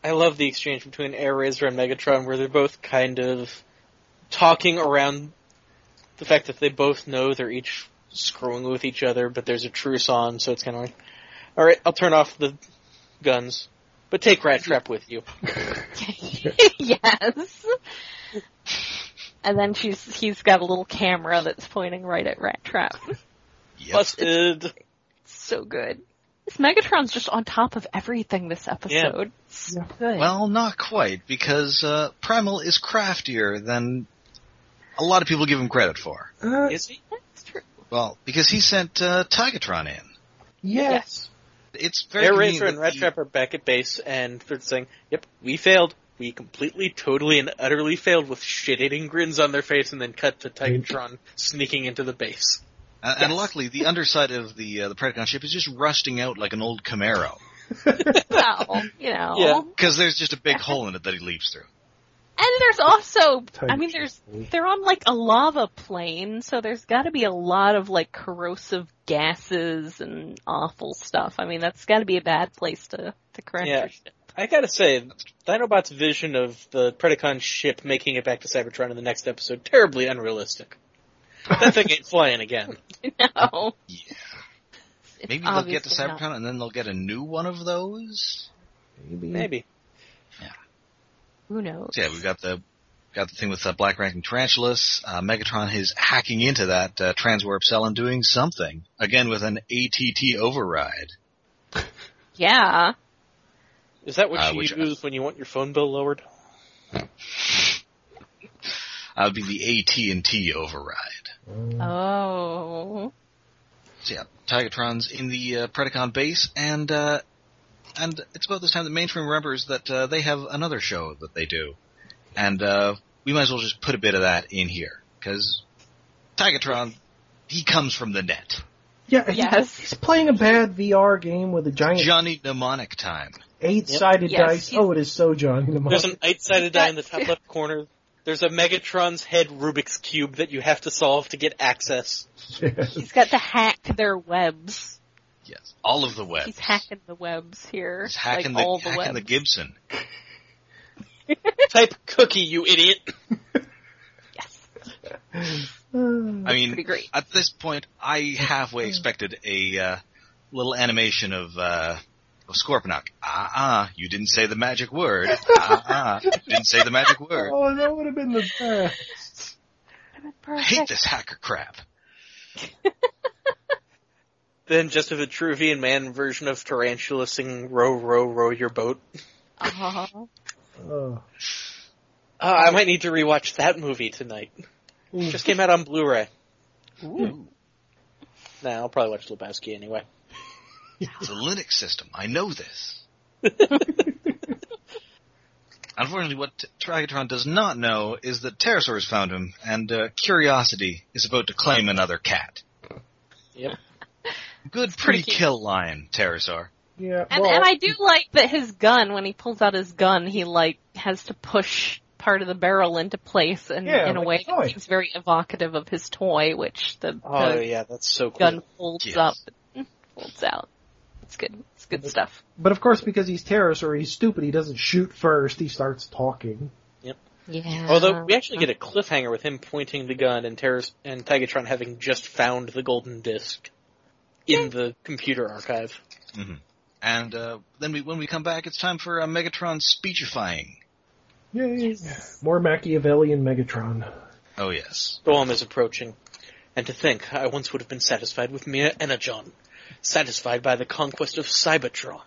Speaker 3: I love the exchange between Air Razor and Megatron where they're both kind of talking around the fact that they both know they're each screwing with each other, but there's a truce on, so it's kind of like, alright, I'll turn off the guns, but take Rat Trap with you.
Speaker 2: yes. And then she's he's got a little camera that's pointing right at Rat Trap.
Speaker 1: Yep.
Speaker 3: Busted!
Speaker 2: So good. This Megatron's just on top of everything this episode. It's
Speaker 4: Yeah.
Speaker 2: good.
Speaker 1: well, not quite because uh, Primal is craftier than a lot of people give him credit for.
Speaker 4: Uh,
Speaker 3: Is he?
Speaker 2: That's true.
Speaker 1: Well, because he sent uh, Tigatron in.
Speaker 4: yes.
Speaker 1: It's very
Speaker 3: Air
Speaker 1: convenient
Speaker 3: Razor and
Speaker 1: that
Speaker 3: Rat
Speaker 1: he-
Speaker 3: Trap are back at base and they're saying, yep, we failed. We completely, totally, and utterly failed with shit-eating grins on their face and then cut to Titantron sneaking into the base.
Speaker 1: Uh, And, and luckily, the underside of the uh, the Predacon ship is just rusting out like an old Camaro
Speaker 2: Well, you know.
Speaker 3: Yeah.
Speaker 1: because there's just a big hole in it that he leaps through.
Speaker 2: And there's also, I
Speaker 4: Tight.
Speaker 2: mean, there's they're on like a lava plane, so there's got to be a lot of like corrosive gases and awful stuff. I mean, that's got to be a bad place to to crash
Speaker 3: Yeah.
Speaker 2: your ship.
Speaker 3: I gotta say, Dinobot's vision of the Predacon ship making it back to Cybertron in the next episode terribly unrealistic. That thing ain't flying again.
Speaker 2: No.
Speaker 1: Yeah.
Speaker 2: It's
Speaker 1: Maybe they'll get to
Speaker 2: obviously not.
Speaker 1: Cybertron and then they'll get a new one of those.
Speaker 4: Maybe.
Speaker 3: Maybe.
Speaker 2: Who knows?
Speaker 1: So, yeah, we've got the got the thing with uh, Black Ranking Tarantulas. Uh, Megatron is hacking into that uh, transwarp cell and doing something again with an ATT override.
Speaker 2: Yeah.
Speaker 3: Is that what
Speaker 1: Uh,
Speaker 3: you
Speaker 1: which-
Speaker 3: use when you want your phone bill lowered?
Speaker 1: That would Uh, be the AT and T override.
Speaker 4: Uh,
Speaker 2: Oh.
Speaker 1: So yeah, Tigatron's in the uh, Predacon base, and uh, and it's about this time that Mainstream remembers that uh, they have another show that they do, and uh, we might as well just put a bit of that in here because Tigatron, he comes from the net.
Speaker 4: Yeah, he-
Speaker 2: Yes.
Speaker 4: he's playing a bad VR game with a giant
Speaker 1: Johnny Mnemonic time.
Speaker 4: eight-sided
Speaker 2: Yes,
Speaker 4: dice.
Speaker 2: he's-
Speaker 4: Oh, it is so Johnny
Speaker 3: There's
Speaker 4: Mnemonic.
Speaker 3: an eight-sided die in the top left corner. There's a Megatron's head Rubik's cube that you have to solve to get access.
Speaker 4: Yes.
Speaker 2: He's got to hack their webs.
Speaker 1: Yes. All of the web.
Speaker 2: He's hacking the webs here.
Speaker 1: He's hacking
Speaker 2: like
Speaker 1: the,
Speaker 2: all the
Speaker 1: hacking
Speaker 2: webs.
Speaker 1: the Gibson.
Speaker 3: Type cookie, you idiot.
Speaker 2: yes.
Speaker 4: Uh,
Speaker 1: I mean,
Speaker 2: Pretty great.
Speaker 1: at this point, I halfway expected a uh, little animation of uh, of Scorponok. Ah, ah, you didn't say the magic word. Ah, ah, you didn't say the magic word.
Speaker 4: Oh, that would have been the best.
Speaker 1: I hate this hacker crap.
Speaker 3: Then just a Vitruvian Man version of Tarantula singing "Row, row, row your boat."
Speaker 2: Uh-huh.
Speaker 4: Oh.
Speaker 3: Uh, I might need to rewatch that movie tonight.
Speaker 4: Ooh.
Speaker 3: Just came out on Blu-ray.
Speaker 1: Ooh,
Speaker 3: Nah, I'll probably watch Lebowski anyway.
Speaker 1: it's a Linux system. I know this. Unfortunately, what T- Trigatron does not know is that Pterosaur has found him, and uh, curiosity is about to claim another cat.
Speaker 3: Yep.
Speaker 1: Good,
Speaker 2: pretty
Speaker 1: pretty
Speaker 2: cute.
Speaker 1: kill line, Pterosaur.
Speaker 4: Yeah.
Speaker 2: And,
Speaker 4: well,
Speaker 2: and I do like that his gun, when he pulls out his gun, he like has to push part of the barrel into place and
Speaker 4: Yeah,
Speaker 2: in a
Speaker 4: like
Speaker 2: way
Speaker 4: a toy.
Speaker 2: it's very evocative of his toy, which the,
Speaker 3: Oh
Speaker 2: the
Speaker 3: yeah, that's so cool.
Speaker 2: gun folds
Speaker 1: Yes.
Speaker 2: up and folds out. It's good. It's
Speaker 4: Mm-hmm.
Speaker 2: good stuff.
Speaker 4: but of course, because he's terrorist or he's stupid, he doesn't shoot first. He starts talking.
Speaker 2: Yeah.
Speaker 3: Although we actually get a cliffhanger with him pointing the gun and Terror and Tigatron having just found the golden disc in the computer archive.
Speaker 1: And uh, then we, when we come back, it's time for uh, Megatron speechifying.
Speaker 4: Yay. More Machiavellian Megatron.
Speaker 1: Oh yes,
Speaker 3: Storm is approaching, and to think I once would have been satisfied with mere Energon, satisfied by the conquest of Cybertron.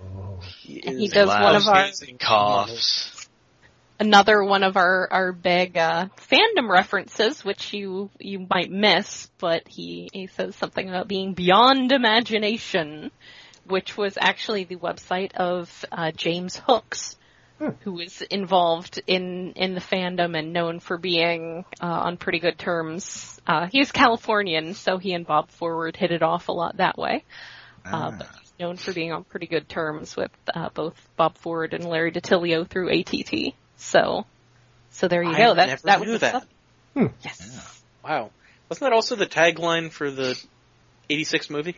Speaker 4: Oh.
Speaker 3: He,
Speaker 2: And he
Speaker 3: is
Speaker 2: does one of our
Speaker 3: lousy.
Speaker 1: coughs.
Speaker 2: another one of our our big uh, fandom references, which you you might miss, but he he says something about being beyond imagination, which was actually the website of uh, James Hooks, who was involved in in the fandom and known for being uh, on pretty good terms. Uh, he was Californian, so he and Bob Forward hit it off a lot that way
Speaker 1: Ah,
Speaker 2: uh, but he's known for being on pretty good terms with uh, both Bob Ford and Larry DiTilio through ATT. So, so there you
Speaker 3: I
Speaker 2: go. That
Speaker 3: never
Speaker 2: that
Speaker 3: knew
Speaker 2: was a
Speaker 3: that.
Speaker 2: sub-
Speaker 4: Hmm.
Speaker 2: Yes,
Speaker 3: Wow, wasn't that also the tagline for the '86 movie?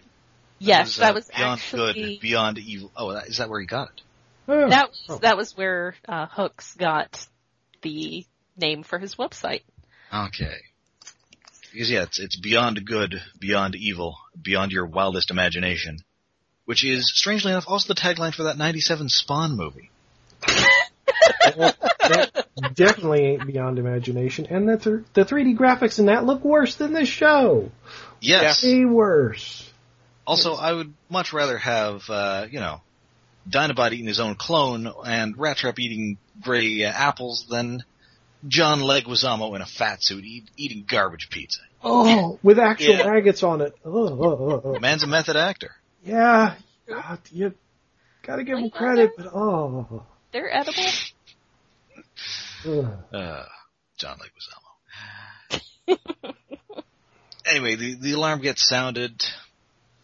Speaker 2: yes, that
Speaker 1: uh,
Speaker 2: was
Speaker 1: beyond
Speaker 2: actually
Speaker 1: good, beyond evil. Oh, that, is that where he got it?
Speaker 4: Oh.
Speaker 2: that was
Speaker 4: Oh.
Speaker 2: that was where uh, Hooks got the name for his website.
Speaker 1: Okay. Because yeah, it's it's beyond good, beyond evil, beyond your wildest imagination, which is strangely enough also the tagline for that '97 Spawn movie.
Speaker 4: Oh, that definitely ain't beyond imagination. And the, th- the 3D graphics in that look worse than this show.
Speaker 1: Yes.
Speaker 4: Way worse.
Speaker 1: Also, I would much rather have uh, you know Dinobot eating his own clone and Rattrap eating gray uh, apples than John Leguizamo in a fat suit eat, eating garbage pizza.
Speaker 4: Oh, with actual
Speaker 3: Yeah.
Speaker 4: maggots on it. Oh, oh, oh,
Speaker 1: The
Speaker 4: oh.
Speaker 1: man's a method actor.
Speaker 4: Yeah, God, you gotta give him credit, but oh.
Speaker 2: They're edible.
Speaker 4: Ugh.
Speaker 1: Uh, John Leguizamo. anyway, the, the alarm gets sounded.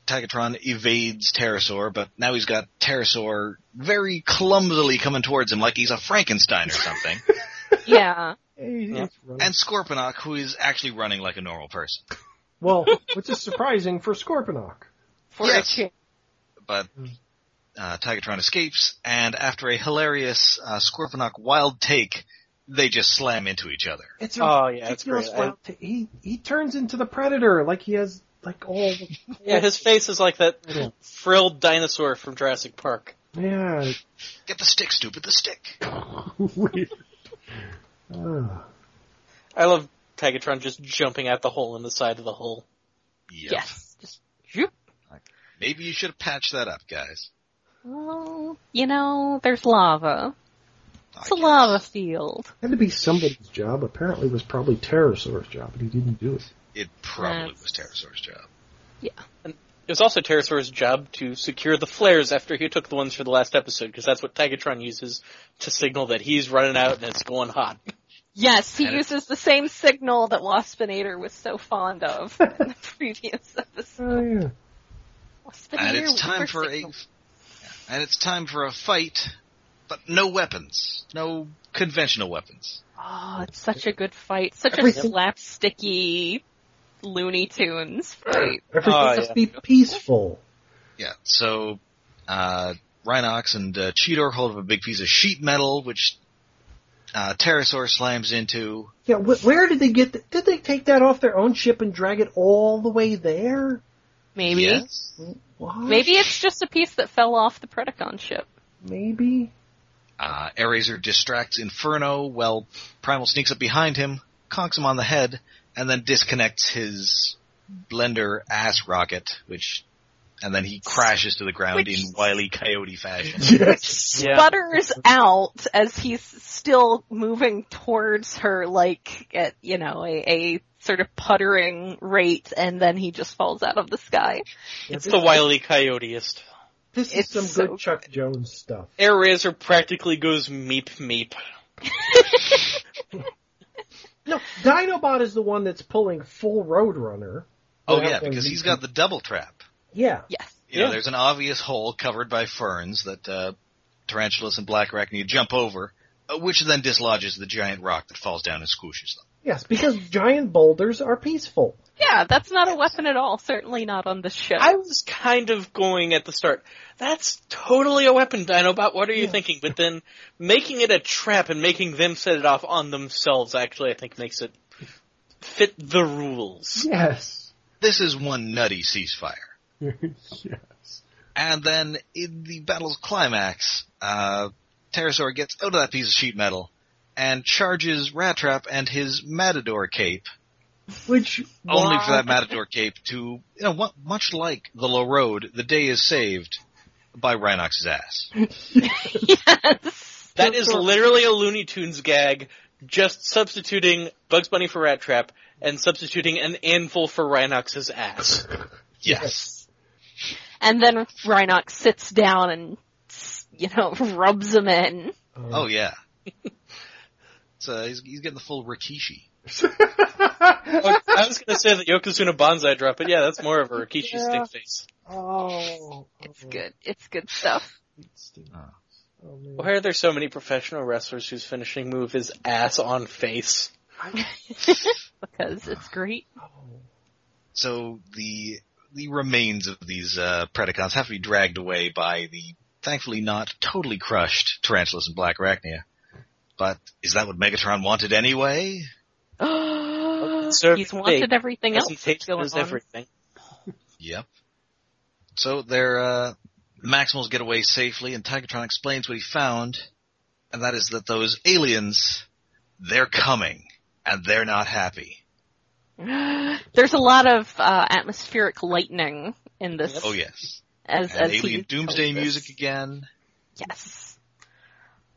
Speaker 1: Tigatron evades Pterosaur, but now he's got Pterosaur very clumsily coming towards him like he's a Frankenstein or something.
Speaker 2: yeah,
Speaker 4: Hey,
Speaker 3: Yeah.
Speaker 4: it's running.
Speaker 1: and Scorponok, who is actually running like a normal person.
Speaker 4: well, which is surprising for Scorponok.
Speaker 2: for
Speaker 1: Yes.
Speaker 2: a change.
Speaker 1: But uh, Tigatron escapes, and after a hilarious uh, Scorponok wild take, they just slam into each other.
Speaker 4: It's a
Speaker 3: Oh yeah, that's
Speaker 4: ridiculous
Speaker 3: great. I-
Speaker 4: wild ta- he he turns into the predator, like he has like all. The-
Speaker 3: yeah, his face is like that
Speaker 4: Yeah.
Speaker 3: frilled dinosaur from Jurassic Park.
Speaker 4: yeah,
Speaker 1: Get the stick, stupid, the stick.
Speaker 4: weird. Ugh.
Speaker 3: I love Tigatron just jumping out the hole in the side of the hole.
Speaker 1: Yep.
Speaker 2: yes. Just, zoop.
Speaker 1: Maybe you should have patched that up, guys.
Speaker 2: Well, you know, there's lava.
Speaker 1: I
Speaker 2: It's a
Speaker 1: guess.
Speaker 2: lava field.
Speaker 4: Had to be somebody's job. Apparently, it was probably Pterosaur's job, but he didn't do it.
Speaker 1: It probably
Speaker 2: That's-
Speaker 1: was Pterosaur's job.
Speaker 3: It was also Pterosaur's job to secure the flares after he took the ones for the last episode, because that's what Tigatron uses to signal that he's running out and it's going hot.
Speaker 2: Yes, he
Speaker 1: And it's-
Speaker 2: uses the same signal that Waspinator was so fond of in the previous episode.
Speaker 4: Oh yeah.
Speaker 2: Waspinator
Speaker 1: and it's
Speaker 2: was
Speaker 1: time for a
Speaker 2: signal.
Speaker 1: and it's time for a fight, but no weapons, no conventional weapons.
Speaker 2: Oh, it's such a good fight. Such a
Speaker 4: Everything-
Speaker 2: slapsticky Looney Tunes fight.
Speaker 4: Everything
Speaker 3: Oh,
Speaker 4: must
Speaker 3: yeah.
Speaker 4: be peaceful.
Speaker 1: Yeah, so uh, Rhinox and uh, Cheetor hold up a big piece of sheet metal, which uh, Pterosaur slams into.
Speaker 4: Yeah, wh- where did they get? The, did they take that off their own ship and drag it all the way there?
Speaker 2: Maybe.
Speaker 1: Yes.
Speaker 4: What?
Speaker 2: Maybe it's just a piece that fell off the Predacon ship.
Speaker 4: maybe.
Speaker 1: Uh, Eraser distracts Inferno while Primal sneaks up behind him, conks him on the head, and then disconnects his blender ass rocket, which, and then he crashes to the ground
Speaker 2: Which-
Speaker 1: in wily coyote fashion.
Speaker 4: Yes.
Speaker 3: Yeah.
Speaker 2: Butters out as he's still moving towards her, like at you know a, a sort of puttering rate, and then he just falls out of the sky.
Speaker 3: It's the wily coyoteist.
Speaker 4: This is
Speaker 2: It's
Speaker 4: some
Speaker 2: so
Speaker 4: good Chuck Jones stuff.
Speaker 3: Air Razor practically goes meep meep.
Speaker 4: No, Dinobot is the one that's pulling full Roadrunner.
Speaker 1: Oh yeah, because he's got the double trap.
Speaker 4: Yeah.
Speaker 2: Yes.
Speaker 1: You know,
Speaker 3: Yeah.
Speaker 1: there's an obvious hole covered by ferns that uh, tarantulas and black arachnid jump over, uh, which then dislodges the giant rock that falls down and squishes them.
Speaker 4: Yes, because giant boulders are peaceful.
Speaker 2: Yeah, that's not a weapon at all. Certainly not on this ship.
Speaker 3: I was kind of going at the start. That's totally a weapon, Dinobot. What are you
Speaker 4: Yeah.
Speaker 3: thinking? But then making it a trap and making them set it off on themselves actually I think makes it fit the rules.
Speaker 4: Yes.
Speaker 1: This is one nutty ceasefire.
Speaker 4: yes.
Speaker 1: And then in the battle's climax, uh, Pterosaur gets out of that piece of sheet metal and charges Rattrap and his Matador cape,
Speaker 4: Which
Speaker 1: only
Speaker 4: why-
Speaker 1: for that Matador cape to, you know, mu- much like the La Road, the day is saved by Rhinox's ass.
Speaker 2: yes.
Speaker 3: That is literally a Looney Tunes gag, just substituting Bugs Bunny for Rat Trap and substituting an anvil for Rhinox's ass.
Speaker 1: Yes.
Speaker 2: And then Rhinox sits down and, you know, rubs him in.
Speaker 1: Oh yeah. so he's, he's getting the full Rikishi.
Speaker 3: I I was going to say that Yokozuna Banzai drop, but yeah, that's more of a Rikishi
Speaker 4: Yeah.
Speaker 3: stick face.
Speaker 4: oh.
Speaker 2: It's
Speaker 1: Mm-hmm.
Speaker 2: good. It's good stuff.
Speaker 1: Ah.
Speaker 4: Oh, man.
Speaker 3: Why are there so many professional wrestlers whose finishing move is ass on face?
Speaker 2: Because it's great.
Speaker 4: Oh.
Speaker 1: So the the remains of these uh, Predacons have to be dragged away by the thankfully not totally crushed Tarantulas and Black Arachnia. But is that what Megatron wanted anyway?
Speaker 3: Serve
Speaker 2: He's wanted
Speaker 3: fate.
Speaker 2: everything else that's
Speaker 3: Presentation
Speaker 2: going
Speaker 3: is
Speaker 2: on.
Speaker 3: everything.
Speaker 1: Yep. So their uh, Maximals get away safely, and Tigatron explains what he found, and that is that those aliens, they're coming, and they're not happy.
Speaker 2: There's a lot of uh, atmospheric lightning in this.
Speaker 3: Yep.
Speaker 1: Oh yes.
Speaker 2: As,
Speaker 1: And
Speaker 2: as
Speaker 1: Alien
Speaker 2: he
Speaker 1: Doomsday
Speaker 2: tells us.
Speaker 1: music again.
Speaker 2: Yes.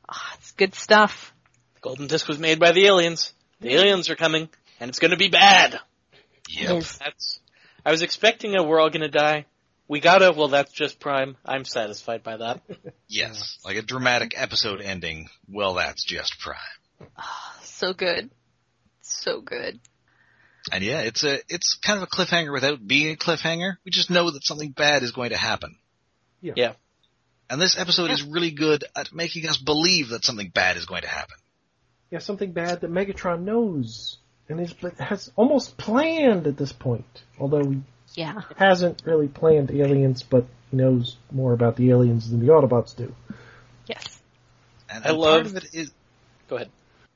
Speaker 2: Ah, it's good stuff.
Speaker 3: Golden Disc was made by the aliens. The aliens are coming, and it's going to be bad.
Speaker 2: Yes.
Speaker 3: That's. I was expecting a we're all going to die. We got to Well, that's just prime. I'm satisfied by that.
Speaker 1: Yes. Like a dramatic episode ending. Well, that's just prime.
Speaker 2: So good. So good.
Speaker 1: And yeah, it's a it's kind of a cliffhanger without being a cliffhanger. We just know that something bad is going to happen.
Speaker 4: Yeah.
Speaker 3: Yeah.
Speaker 1: And this episode is really good at making us believe that something bad is going to happen.
Speaker 4: Yeah, something bad that Megatron knows and is, has almost planned at this point. Although he
Speaker 2: Yeah.
Speaker 4: hasn't really planned aliens, but he knows more about the aliens than the Autobots do.
Speaker 2: Yes.
Speaker 1: And,
Speaker 3: I
Speaker 1: and
Speaker 3: love-
Speaker 1: part of it is
Speaker 3: Go ahead.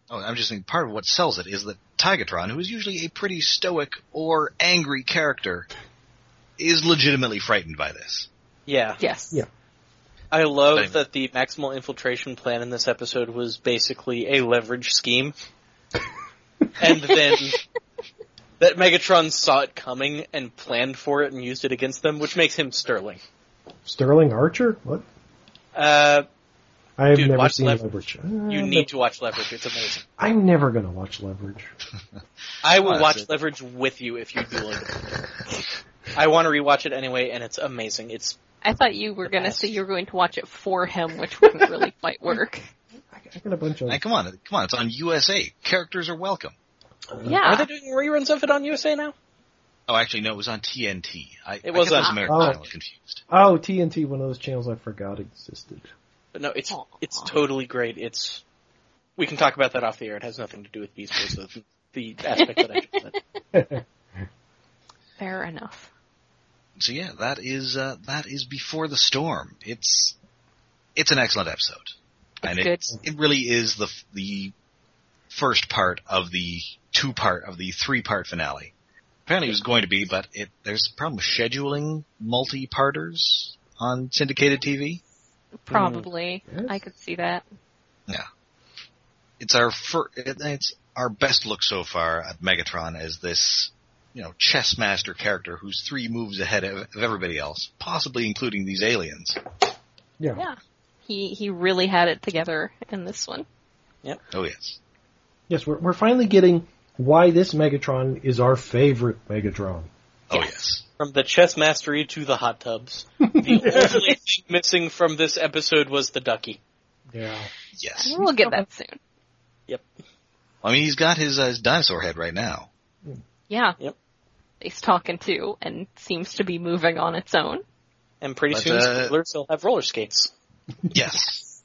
Speaker 1: oh, I'm just thinking part of what sells it is that Tigatron, who is usually a pretty stoic or angry character, is legitimately frightened by this.
Speaker 3: Yeah.
Speaker 2: Yes.
Speaker 4: Yeah.
Speaker 3: I love
Speaker 1: Thanks.
Speaker 3: that the maximal infiltration plan in this episode was basically a leverage scheme. and then that Megatron saw it coming and planned for it and used it against them, which makes him Sterling.
Speaker 4: Sterling Archer? What?
Speaker 3: Uh,
Speaker 4: I have
Speaker 3: Dude,
Speaker 4: never
Speaker 3: watch
Speaker 4: seen
Speaker 3: Leverage.
Speaker 4: Leverage. Uh,
Speaker 3: you need to watch Leverage. It's amazing.
Speaker 4: I'm never going to watch Leverage.
Speaker 3: I will
Speaker 1: Well,
Speaker 3: watch
Speaker 1: that's it.
Speaker 3: Leverage with you if you do it. I want to rewatch it anyway, and it's amazing. It's
Speaker 2: I thought you were
Speaker 3: The
Speaker 2: going to
Speaker 3: best.
Speaker 2: say you were going to watch it for him, which wouldn't really quite work.
Speaker 4: I I got a bunch of.
Speaker 1: And come on, come on, it's on USA. Characters are welcome.
Speaker 2: Yeah.
Speaker 3: Are they doing reruns of it on USA now?
Speaker 1: Oh, actually, no, it was on TNT. I,
Speaker 3: It was
Speaker 1: I kept
Speaker 3: on-
Speaker 1: those American
Speaker 4: Oh.
Speaker 1: Idol confused.
Speaker 4: Oh, TNT, one of those channels I forgot existed.
Speaker 3: But no, it's
Speaker 2: Aw.
Speaker 3: it's totally great. It's we can talk about that off the air. It has nothing to do with Beast Boys. the- The aspect that I just said.
Speaker 2: Fair enough.
Speaker 1: So yeah, that is uh, that is before the storm. It's it's an excellent episode, and
Speaker 2: good.
Speaker 1: it's it really is the f- the first part of the two part of the three part finale. Apparently, it was going to be, but it there's a problem with scheduling multi parters on syndicated TV.
Speaker 2: Probably.
Speaker 4: Mm. Yes.
Speaker 2: I could see that.
Speaker 1: it's our fir- it's our best look so far at Megatron as this, you know, chess master character who's three moves ahead of, of everybody else, possibly including these aliens.
Speaker 4: Yeah.
Speaker 2: Yeah. He he really had it together in this one.
Speaker 1: Oh yes,
Speaker 4: Yes, we're, we're finally getting why this Megatron is our favorite Megatron.
Speaker 1: oh yes.
Speaker 3: From the chess mastery to the hot tubs. The only thing missing from this episode was the ducky.
Speaker 4: Yeah.
Speaker 1: yes,
Speaker 2: We'll get that soon.
Speaker 1: I mean, he's got his, uh, his dinosaur head right now.
Speaker 2: Yeah.
Speaker 3: Yep.
Speaker 2: He's talking to and seems to be moving on its own.
Speaker 3: And pretty
Speaker 1: But,
Speaker 3: soon,
Speaker 1: uh,
Speaker 3: spoilers, he'll have roller skates.
Speaker 1: Yes.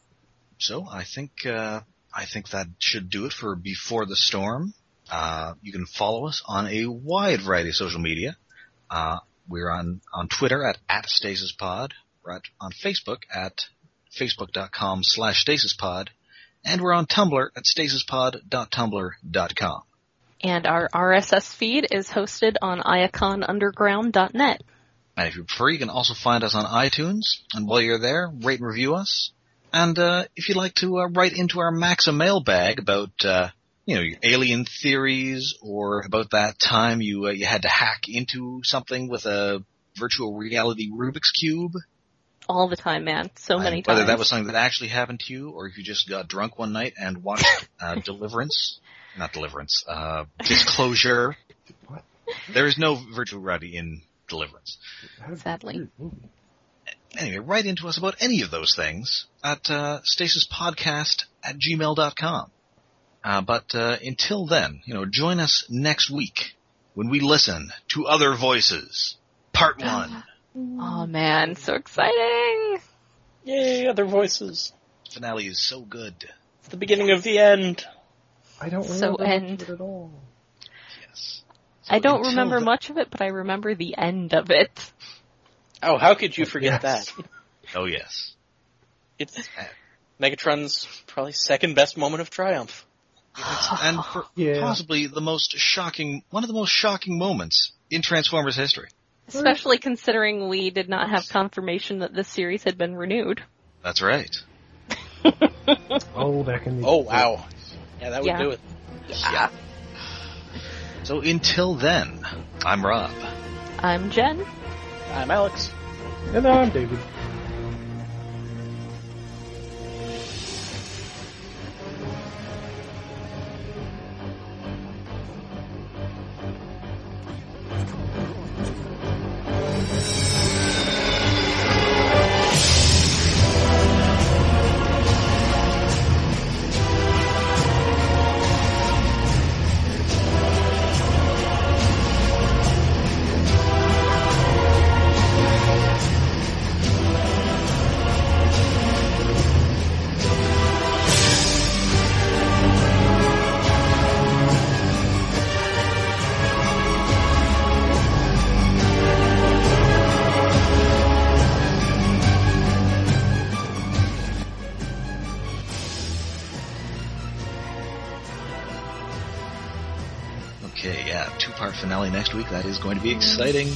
Speaker 1: So I think uh, I think that should do it for before the storm. Uh, you can follow us on a wide variety of social media. Uh, we're on on Twitter at at StasisPod. We're at, on Facebook at facebook.com slash StasisPod, and we're on Tumblr at stasispod.tumblr.com.
Speaker 2: And our RSS feed is hosted on iaconunderground.net.
Speaker 1: And if you prefer, you can also find us on iTunes. And while you're there, rate and review us. And uh, if you'd like to uh, write into our Maxa mailbag about, uh, you know, your alien theories or about that time you uh, you had to hack into something with a virtual reality Rubik's cube,
Speaker 2: All the time, man. So
Speaker 1: and
Speaker 2: many times.
Speaker 1: whether that was something that actually happened to you or if you just got drunk one night and watched uh, Deliverance, not Deliverance, uh, Disclosure.
Speaker 4: What?
Speaker 1: There is no virtual reality in Deliverance.
Speaker 2: Sadly.
Speaker 1: anyway, write into us about any of those things at uh, stasispodcast at gmail.com. Uh, but uh, until then, you know, join us next week when we listen to Other Voices, Part 1.
Speaker 4: Hmm.
Speaker 2: Oh man, so exciting!
Speaker 3: Yay, other voices.
Speaker 1: Finale is so good.
Speaker 3: It's the beginning of the end.
Speaker 4: I don't remember
Speaker 2: So
Speaker 4: so
Speaker 2: end.
Speaker 4: it at all.
Speaker 1: Yes.
Speaker 2: I don't
Speaker 1: until
Speaker 2: remember
Speaker 1: the-
Speaker 2: much of it, but I remember the end of it.
Speaker 3: Oh, how could you forget
Speaker 4: Yes.
Speaker 3: that?
Speaker 1: Oh, yes.
Speaker 3: It's Megatron's probably second best moment of triumph.
Speaker 1: And for
Speaker 4: Yeah.
Speaker 1: possibly the most shocking, one of the most shocking moments in Transformers history.
Speaker 2: Especially considering we did not have confirmation that this series had been renewed.
Speaker 1: That's right.
Speaker 4: Oh, back in the
Speaker 3: Oh, wow. Yeah, that would
Speaker 2: Yeah.
Speaker 3: do it.
Speaker 1: Yeah. So until then, I'm Rob.
Speaker 2: I'm Jen.
Speaker 3: I'm Alex.
Speaker 4: And I'm David.
Speaker 1: Okay, yeah, two part finale next week. That is going to be exciting.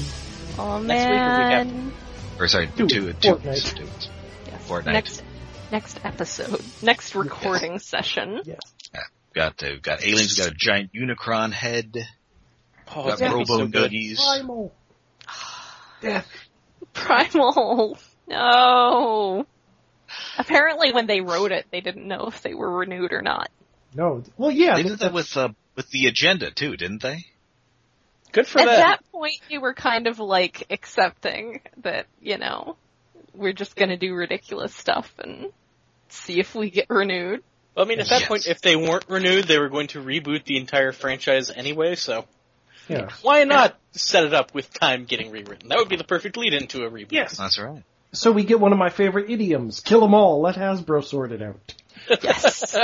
Speaker 2: Oh
Speaker 3: Next week or week
Speaker 2: man.
Speaker 1: Or sorry,
Speaker 4: Two
Speaker 1: two,
Speaker 4: weeks.
Speaker 1: two,
Speaker 4: Fortnite.
Speaker 1: two weeks.
Speaker 2: Yes.
Speaker 1: Fortnite.
Speaker 2: Next, next episode. Next recording session.
Speaker 4: Yes.
Speaker 1: Got uh, got aliens. Got a giant unicron head.
Speaker 3: Oh,
Speaker 1: Got
Speaker 3: it's gonna be
Speaker 1: robo
Speaker 3: so good. Oh,
Speaker 1: nuggies.
Speaker 4: Primal. Death.
Speaker 2: Primal. No. Apparently when they wrote it, they didn't know if they were renewed or not.
Speaker 4: No. Well, yeah.
Speaker 1: They did that with uh, with the agenda too, didn't they?
Speaker 3: Good for
Speaker 2: At
Speaker 3: them.
Speaker 2: that point, you were kind of like accepting that, you know, we're just gonna do ridiculous stuff and see if we get renewed.
Speaker 3: Well, I mean, at that
Speaker 1: Yes.
Speaker 3: point, if they weren't renewed, they were going to reboot the entire franchise anyway, so
Speaker 4: Yeah.
Speaker 3: why not set it up with time getting rewritten? That would be the perfect lead into a reboot.
Speaker 4: Yes.
Speaker 1: That's right.
Speaker 4: So we get one of my favorite idioms: "Kill 'em all. Let Hasbro sort it out."
Speaker 2: Yes.